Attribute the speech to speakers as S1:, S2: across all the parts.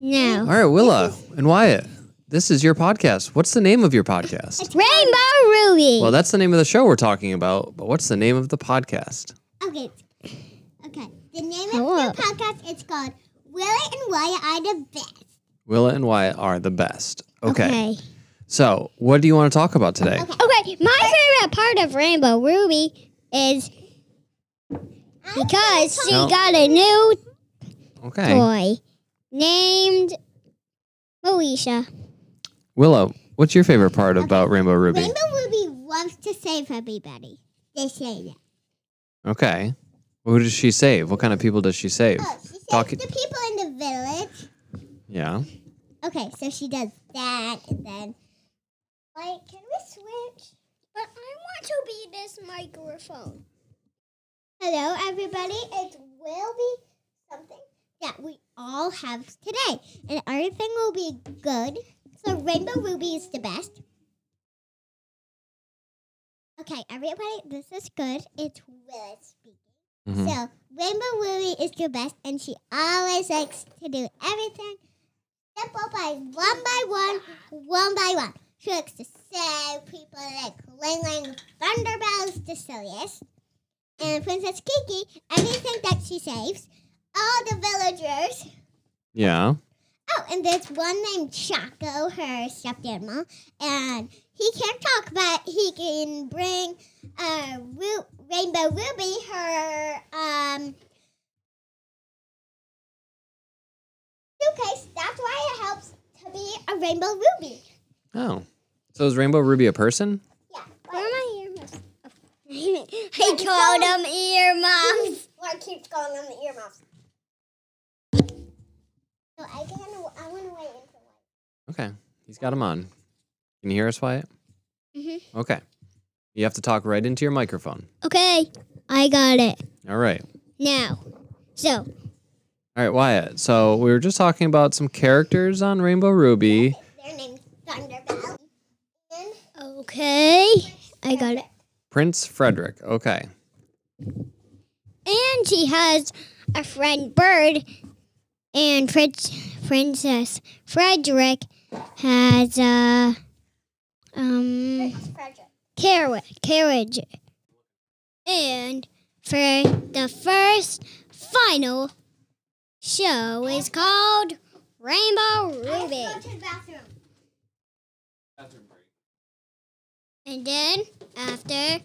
S1: No.
S2: All right, Willa and Wyatt, this is your podcast. What's the name of your podcast?
S1: Rainbow Ruby.
S2: Well, that's the name of the show we're talking about, but what's the name of the podcast?
S3: Okay. Okay. The name of the podcast is called Willie and Why Are the Best.
S2: Willa and Wyatt are the best. Okay. So, what do you want to talk about today?
S1: Okay, my favorite part of Rainbow Ruby is because she
S2: No.
S1: got a new
S2: Okay.
S1: toy named Moesha.
S2: Willow, what's your favorite part about Rainbow Ruby?
S3: Rainbow Ruby wants to save everybody. They say that.
S2: Okay. Who does she save? What kind of people does she save?
S3: Oh, she saves
S2: Talk-
S3: the people in the village.
S2: Yeah.
S3: Okay, so she does that, and then. Wait, can we switch?
S1: But I want to be this microphone.
S3: Hello, everybody. It will be something that we all have today, and everything will be good. So Rainbow Ruby is the best. Okay, everybody, this is good. It's Willis speaking.
S2: Mhm.
S3: So Rainbow Ruby is the best, and she always likes to do everything simple by one by one, one by one. She likes to save people like Ling Ling Thunderbell's the silliest, and Princess Kiki everything that she saves, all the villagers.
S2: Yeah.
S3: Oh, and there's one named Chaco, her stuffed animal, and he can't talk, but he can bring uh, Ru- Rainbow Ruby her um, suitcase. That's why it helps to be a Rainbow Ruby.
S2: Oh. So is Rainbow Ruby a person?
S3: Yeah,
S1: Where are
S3: like,
S1: my earmuffs? he called them earmuffs.
S3: Lord keeps calling them the earmuffs. So I can I want to wait until.
S2: Okay. He's got him on. Can you hear us, Wyatt?
S1: Mhm.
S2: Okay. You have to talk right into your microphone.
S1: Okay, I got it
S2: All right.
S1: now. So
S2: All right, Wyatt. So we were just talking about some characters on Rainbow Ruby.
S3: Their name's Thunderbell. And
S1: okay, I got it.
S2: Prince Frederick. Okay.
S1: And she has a friend Bird, and Prince, Princess Frederick has a um
S3: Prince Frederick.
S1: carrot carriage. And for the first final show is called Rainbow Ruby,
S3: Let's go to the bathroom.
S1: and then after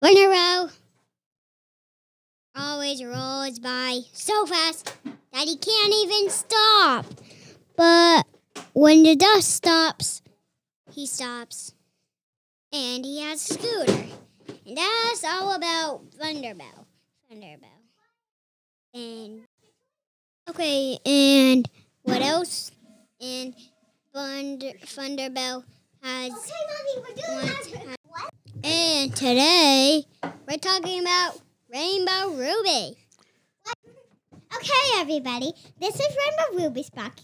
S1: one in a row. Always rolls by so fast that he can't even stop. But when the dust stops, he stops. And he has a scooter. And that's all about Thunderbell. Thunderbell. And okay, and what else? And Thunder Thunderbell has
S3: Okay, mommy, we're doing
S1: wants
S3: that. What?
S1: and today we're talking about Rainbow Ruby.
S3: Okay, everybody. This is Rainbow Ruby's box.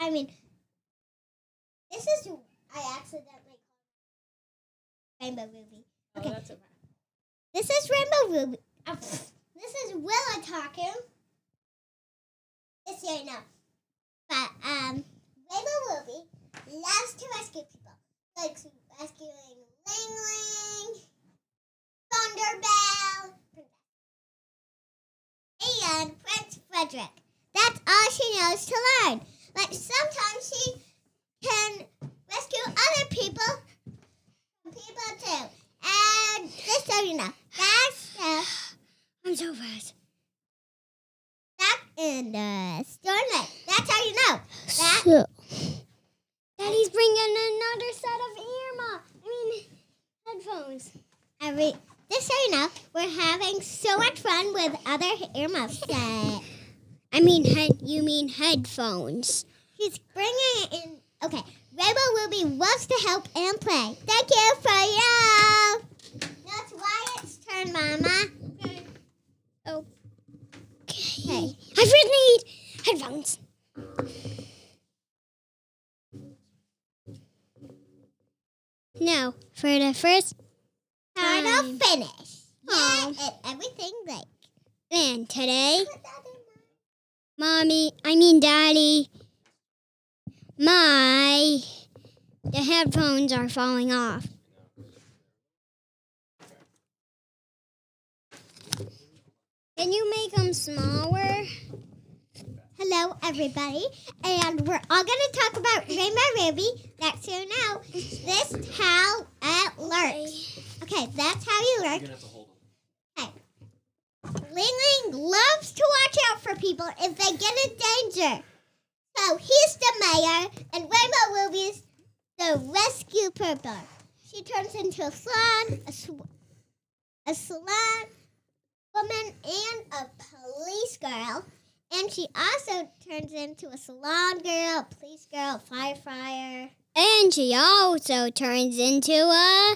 S3: I mean, this is I accidentally called Rainbow Ruby. Okay. This is Rainbow Ruby. Oh, this is Willa talking. This you know, but um, Rainbow Ruby loves to rescue people, likes rescuing Ling Ling, Thunderbell, and Prince Frederick. That's all she knows to learn. But sometimes she can rescue other people, people too. And just so you know, that's the
S1: I'm so fast.
S3: that in the storm. lake. That's how you know. That
S1: So, Daddy's bringing another set of earmuffs. I mean, headphones.
S3: every just so you know, we're having so much fun with other earmuffs. That
S1: I mean, head. You mean headphones?
S3: She's bringing it in. Okay, Rainbow Ruby loves to help and play. Thank you for your. Now it's Wyatt's turn, Mama.
S1: Okay. I really need headphones. Now, for the first
S3: Turn
S1: time,
S3: to finish. Yeah,
S1: Aw.
S3: and everything like.
S1: and today
S3: Put that in
S1: mommy, I mean daddy, my the headphones are falling off. Can you make them smaller?
S3: Hello, everybody, and we're all going to talk about Rainbow Ruby. That's who now. This how it lurks. Okay, that's how you lurk. Ling Ling loves to watch out for people if they get in danger. So he's the mayor, and Rainbow Ruby's the rescue purple. She turns into a slime, a, sw- a slime woman, and a police girl. And she also turns into a salon girl, police girl, fireflyer.
S1: And she also turns into a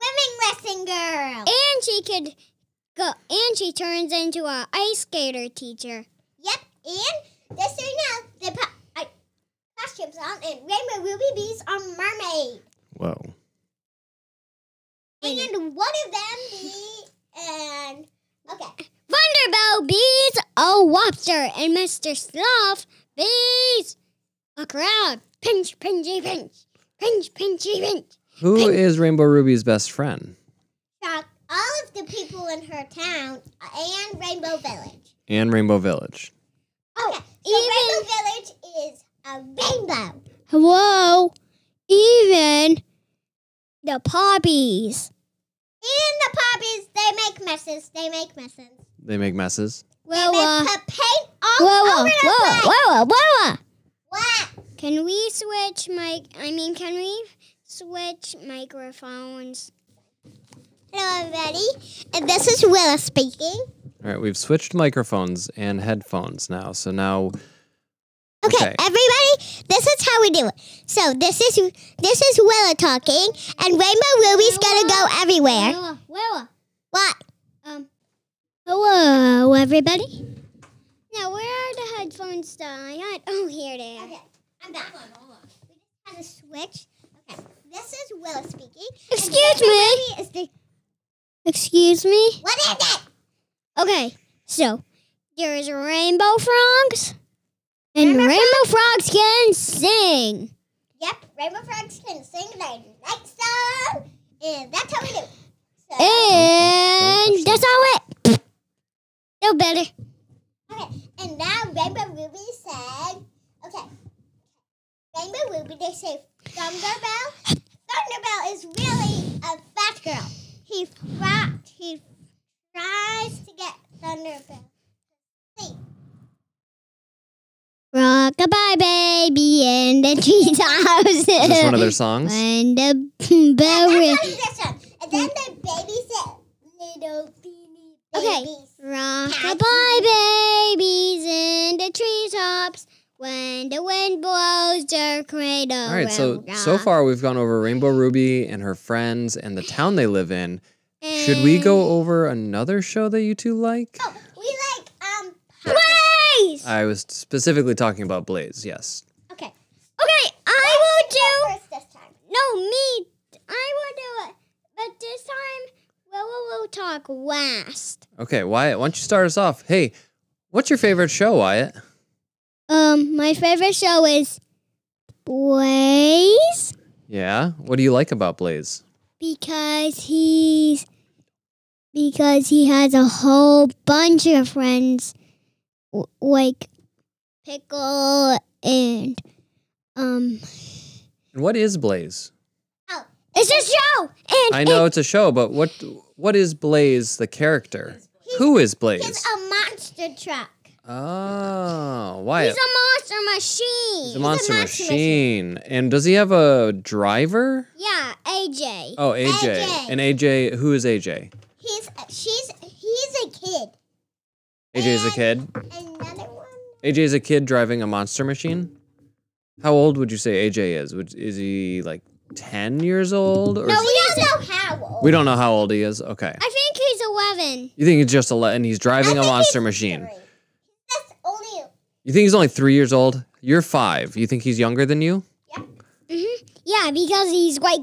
S3: Swimming lesson girl.
S1: and she could go and she turns into a ice skater teacher.
S3: Yep, and just so you know, they put uh, costumes on, and Rainbow Ruby Bees are mermaids.
S2: Whoa.
S1: Wait.
S3: And one of them be and okay,
S1: Thunderbell bees a lobster and Mr. Sloth bees a crowd. Pinch, pinchy, pinch. Pinch, pinchy, pinch.
S2: Who is Rainbow Ruby's best friend?
S3: shock all of the people in her town and Rainbow Village.
S2: And Rainbow Village.
S3: Okay, so Rainbow Village is a rainbow.
S1: Hello. Even the poppies.
S3: And the poppies, they make messes. They make messes.
S2: They make messes.
S1: Well, uh,
S3: they put paint all
S1: whoa, whoa,
S3: over the
S1: whoa,
S3: place.
S1: whoa, whoa, whoa.
S3: What?
S1: Can we switch mic? I mean, can we switch microphones?
S3: Hello, everybody. And this is Willa speaking.
S2: All right, we've switched microphones and headphones now. So now,
S3: Okay,
S2: Okay.
S3: everybody, this is how we do it. So this is this is Willa talking, and Rainbow Ruby's gonna go everywhere.
S1: Whoa, whoa.
S3: What?
S1: Um, hello, everybody. Now, where are the headphones that I had? Oh, here they are.
S3: I'm back. We just had a switch. Okay, this is Willa speaking.
S1: Excuse me.
S3: Ruby is the
S1: Excuse me.
S3: what is it?
S1: Okay, so there's rainbow frogs, and rainbow, frogs can sing.
S3: Yep, Rainbow Frogs can sing their next song, and that's how we do. it. So,
S1: And that's all it. No better.
S3: Okay, and now Rainbow Ruby said, okay, Rainbow Ruby, they say Thunderbell. Thunderbell is really a fat girl. He fought, he tries to get Thunderbell.
S1: Rock-a-bye baby in the treetops.
S2: is this one of their songs?
S1: When the bell
S3: That's
S1: rings.
S3: how he gets them. And then they babysit little beanie
S1: Okay.
S3: babies.
S1: Rock-a-bye babies in the treetops. When the wind blows their cradle.
S2: All right, so
S1: round.
S2: so far we've gone over Rainbow Ruby and her friends and the town they live in. Should we go over another show that you two like?
S3: Oh, we like, um,
S1: Please!
S2: I was specifically talking about Blaze, yes.
S3: okay,
S1: Okay, I will do.
S3: first this time.
S1: No, me. I will do it. But this time, Willow will talk last.
S2: Okay, Wyatt, why don't you start us off? Hey, what's your favorite show, Wyatt?
S1: Um, my favorite show is Blaze
S2: Yeah? What do you like about Blaze?
S1: because he's because he has a whole bunch of friends, w- like Pickle and um.
S2: And what is Blaze?
S1: It's a show, and
S2: I know it's a show, but what what is Blaze the character? Who is
S3: He's
S2: Blaze?
S3: a monster truck.
S2: Oh,
S1: he's
S2: Wyatt.
S1: a monster machine.
S2: He's a monster
S3: monster
S2: machine. And does he have a driver?
S1: yeah, AJ.
S2: Oh, AJ.
S3: AJ.
S2: And AJ, who is AJ?
S3: He's she's he's a kid.
S2: AJ is a kid.
S3: Another one.
S2: AJ is a kid driving a monster machine. How old would you say AJ is? Would- Is he like 10 years old? Or
S3: No,
S2: is-
S3: we don't know how old.
S2: we don't know how old he is. Okay.
S1: I think he's eleven.
S2: You think he's just 11 he's driving a
S3: think
S2: monster
S3: he's
S2: machine.
S3: three. That's only
S2: You think he's only 3 years old? You're 5. You think he's younger than you?
S1: Mm-hmm. Yeah, because he's like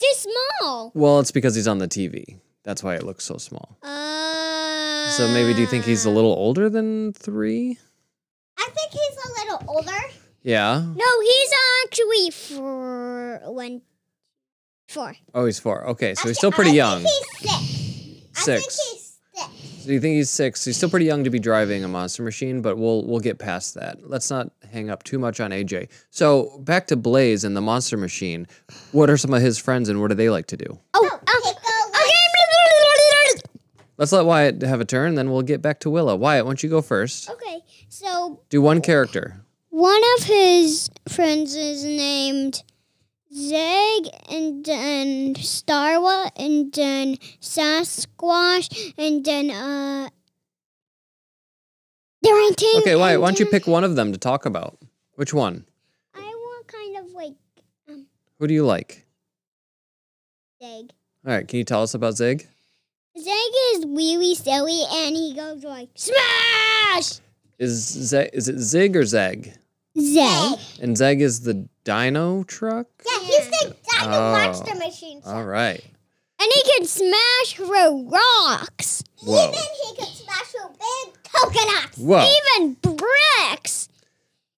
S1: this small.
S2: Well, it's because he's on the TV. That's why it looks so small.
S1: Oh.
S2: So maybe do you think he's a little older than three?
S3: I think he's a little older.
S2: Yeah.
S1: No, he's actually four. One, four.
S2: Oh, he's four. Okay, so
S3: Actually,
S2: he's still pretty
S3: I
S2: young.
S3: Think he's six. I think
S2: Six.
S3: he's six.
S2: So you think he's six? He's still pretty young to be driving a monster machine, but we'll we'll get past that. Let's not hang up too much on AJ. So back to Blaze and the monster machine. What are some of his friends and what do they like to do?
S1: Oh,
S3: Oh,
S1: oh.
S3: Piccolo.
S2: Let's let Wyatt have a turn, then we'll get back to Willa. Wyatt, why don't you go first?
S1: Okay, so
S2: Do one character.
S1: one of his friends is named Zeg, and then Starwa, and then Sasquatch, and then uh. Darrington.
S2: Okay, Wyatt,
S1: and
S2: why don't you
S1: then-
S2: pick one of them to talk about? Which one?
S1: I want kind of like
S2: Who do you like?
S1: Zeg.
S2: All right, can you tell us about Zig?
S1: Zeg is really silly, and he goes like smash.
S2: Is Zeg, is it Zig or Zeg?
S1: Zeg.
S2: And Zeg is the dino truck?
S3: Yeah, he's the dino
S2: Oh.
S3: monster machine.
S2: All right.
S1: And he can smash through rocks,
S2: Whoa.
S3: Even he could smash a big coconut.
S2: Whoa.
S1: even bricks,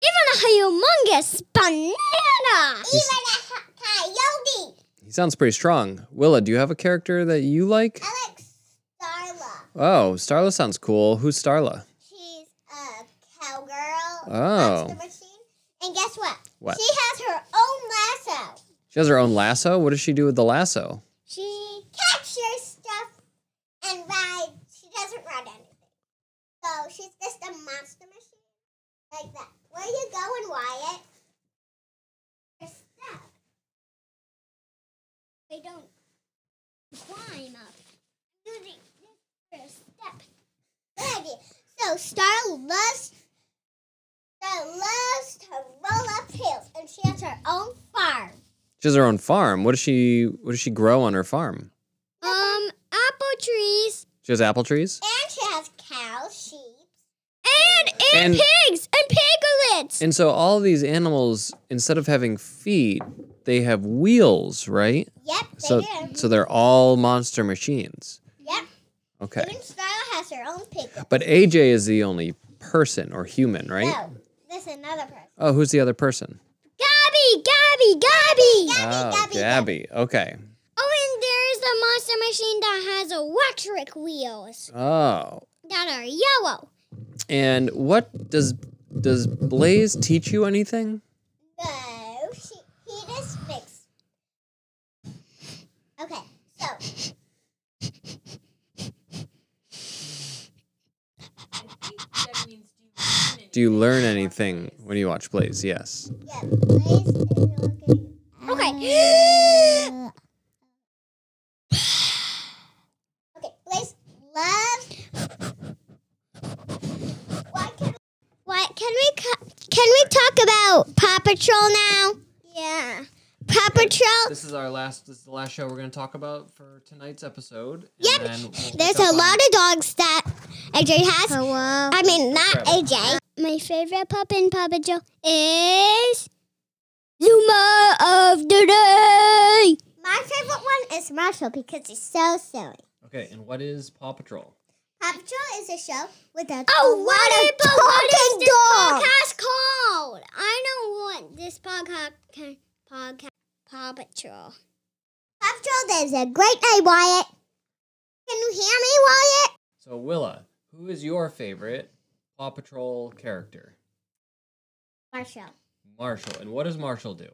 S1: even a humongous banana.
S3: Even a h- coyote.
S2: He sounds pretty strong. Willa, do you have a character that you like?
S3: I like Starla.
S2: Oh, Starla sounds cool. Who's Starla?
S3: She's a cowgirl.
S2: Oh.
S3: Monster machine. And guess what?
S2: What?
S3: She has her own lasso.
S2: She has her own lasso. What does she do with the lasso?
S3: She captures stuff and rides. She doesn't ride anything. So she's just a monster machine. Like that. Where you going, Wyatt? There's stuff.
S1: They don't climb up.
S3: Using this step. Good idea. So Star loves Star loves to roll up hills and she has her own farm.
S2: She has her own farm. What does she what does she grow on her farm?
S1: Um, apple trees
S2: She has apple trees?
S3: And she has cows, sheep.
S1: and and,
S2: And-
S1: pigs and piglets.
S2: And so all these animals, instead of having feet, they have wheels, right?
S3: Yep, they
S2: So
S3: do.
S2: so they're all monster machines.
S3: Yep.
S2: Okay.
S3: Even Starla has her own piglet.
S2: But AJ is the only person or human, right?
S3: No, this is another person.
S2: Oh, who's the other person?
S1: Gabby, Gabby, Gabby.
S2: oh,
S3: Gabby, Gabby,
S2: Gabby. Okay.
S1: Oh, and there is a monster machine that has electric wheels
S2: Oh.
S1: that are yellow.
S2: And what does does Blaze teach you anything?
S3: No, she, he just fixed. Okay, so.
S2: Do you learn anything when you watch Blaze? Yes.
S3: Yeah, Blaze is looking.
S1: Okay.
S3: Uh, okay, Blaze loves. Why can't
S1: What can we co- can we talk about Paw Patrol now? Yeah, Paw Patrol.
S2: This is our last. This is the last show we're going to talk about for tonight's episode.
S1: Yep. There's a lot of dogs that AJ has. Hello.
S3: I mean, not
S2: Incredible.
S3: AJ.
S1: My favorite pup in Paw Patrol is Zuma of the day.
S3: My favorite one is Marshall because he's so silly.
S2: Okay, and what is Paw Patrol?
S3: Paw Patrol is a show with a,
S1: Oh,
S3: a
S1: what
S3: lot
S1: it-
S3: of
S1: but what is
S3: talking
S1: this
S3: dogs.
S1: podcast called? I know what this podcast podcast Paw Patrol.
S3: Paw Patrol is a great day, Wyatt. Can you hear me, Wyatt?
S2: So Willa, who is your favorite Paw Patrol character?
S3: Marshall,
S2: Marshall. And what does Marshall do?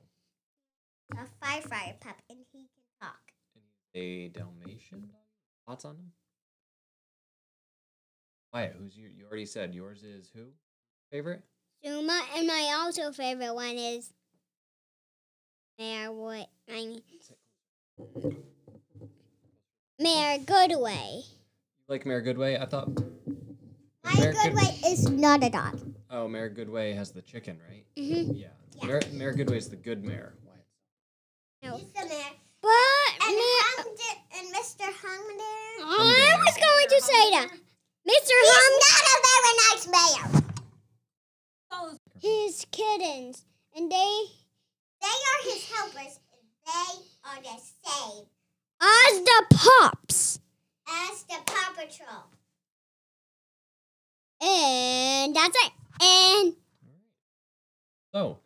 S3: a firefighter pup, and he can talk.
S2: A Dalmatian. Thoughts on him? Wyatt, who's your? You already said yours is who? Favorite.
S1: Zuma, and my also favorite one is Mayor Wood. I mean, Mayor Goodway.
S2: like Mayor Goodway? I thought.
S3: My good way is not a dog.
S2: Oh, Mayor Goodway has the chicken, right?
S1: hmm
S2: Yeah. Mayor, Mayor Goodway's the good mayor.
S1: No.
S3: He's the mayor.
S1: But
S3: And,
S1: Mayor, Oh,
S3: Humdi- and Mr. Humdinger.
S1: I was going to say that Mr. Hum,
S3: He's not a very nice mayor.
S1: his kittens, and they
S3: They are his helpers. They are the same
S1: as the pups.
S3: as the Paw Patrol.
S1: And that's it. And
S2: Oh.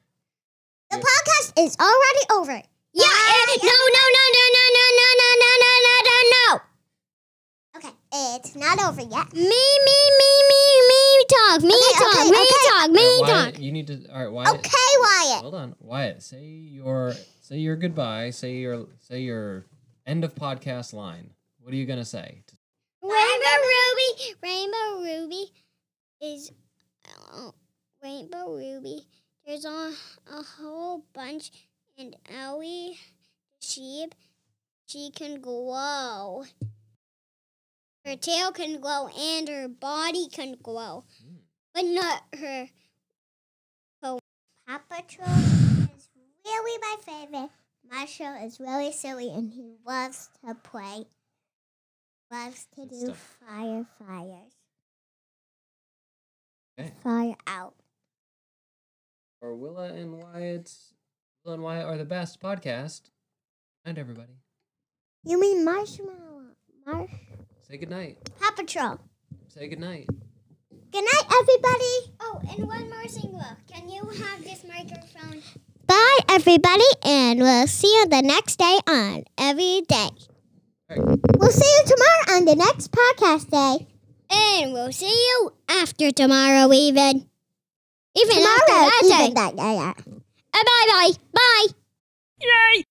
S3: The podcast is already over.
S1: yeah, and no, no, no, no, no, no, no, no, no, no, no, no, no.
S3: Okay, it's not over yet.
S1: Me, me, me, me, me talk, me
S3: Okay,
S1: talk,
S3: okay,
S1: me
S3: okay.
S1: talk, me talk.
S2: Wyatt, you need to. All right, Wyatt.
S3: Okay, Wyatt.
S2: Hold on, Wyatt. Say your say your goodbye. Say your say your end of podcast line. What are you gonna say?
S1: Rainbow Ruby, Rainbow Ruby is uh, Rainbow Ruby. There's a, a whole bunch, and Owie, sheep, she can glow. Her tail can glow and her body can glow,
S2: Hmm.
S1: but not her.
S3: Paw Patrol is really my favorite. Marshall is really silly and he loves to play. Loves to
S2: Good
S3: do
S2: stuff.
S3: fire fires.
S2: Okay.
S3: Fire out.
S2: Or Willa and Wyatt. Willa and Wyatt are the best podcast. Good night, everybody.
S3: You mean marshmallow? Marsh.
S2: Say good night.
S3: Paw Patrol.
S2: Say good night.
S3: Good night, everybody.
S1: Oh, and one more thing, Will. Can you have this microphone?
S3: Bye, everybody, and we'll see you the next day on every day. We'll see you tomorrow on the next podcast day.
S1: And we'll see you after tomorrow, even. Even after
S3: Tomorrow,
S1: that day.
S3: even that day.
S1: Uh, bye bye. Bye.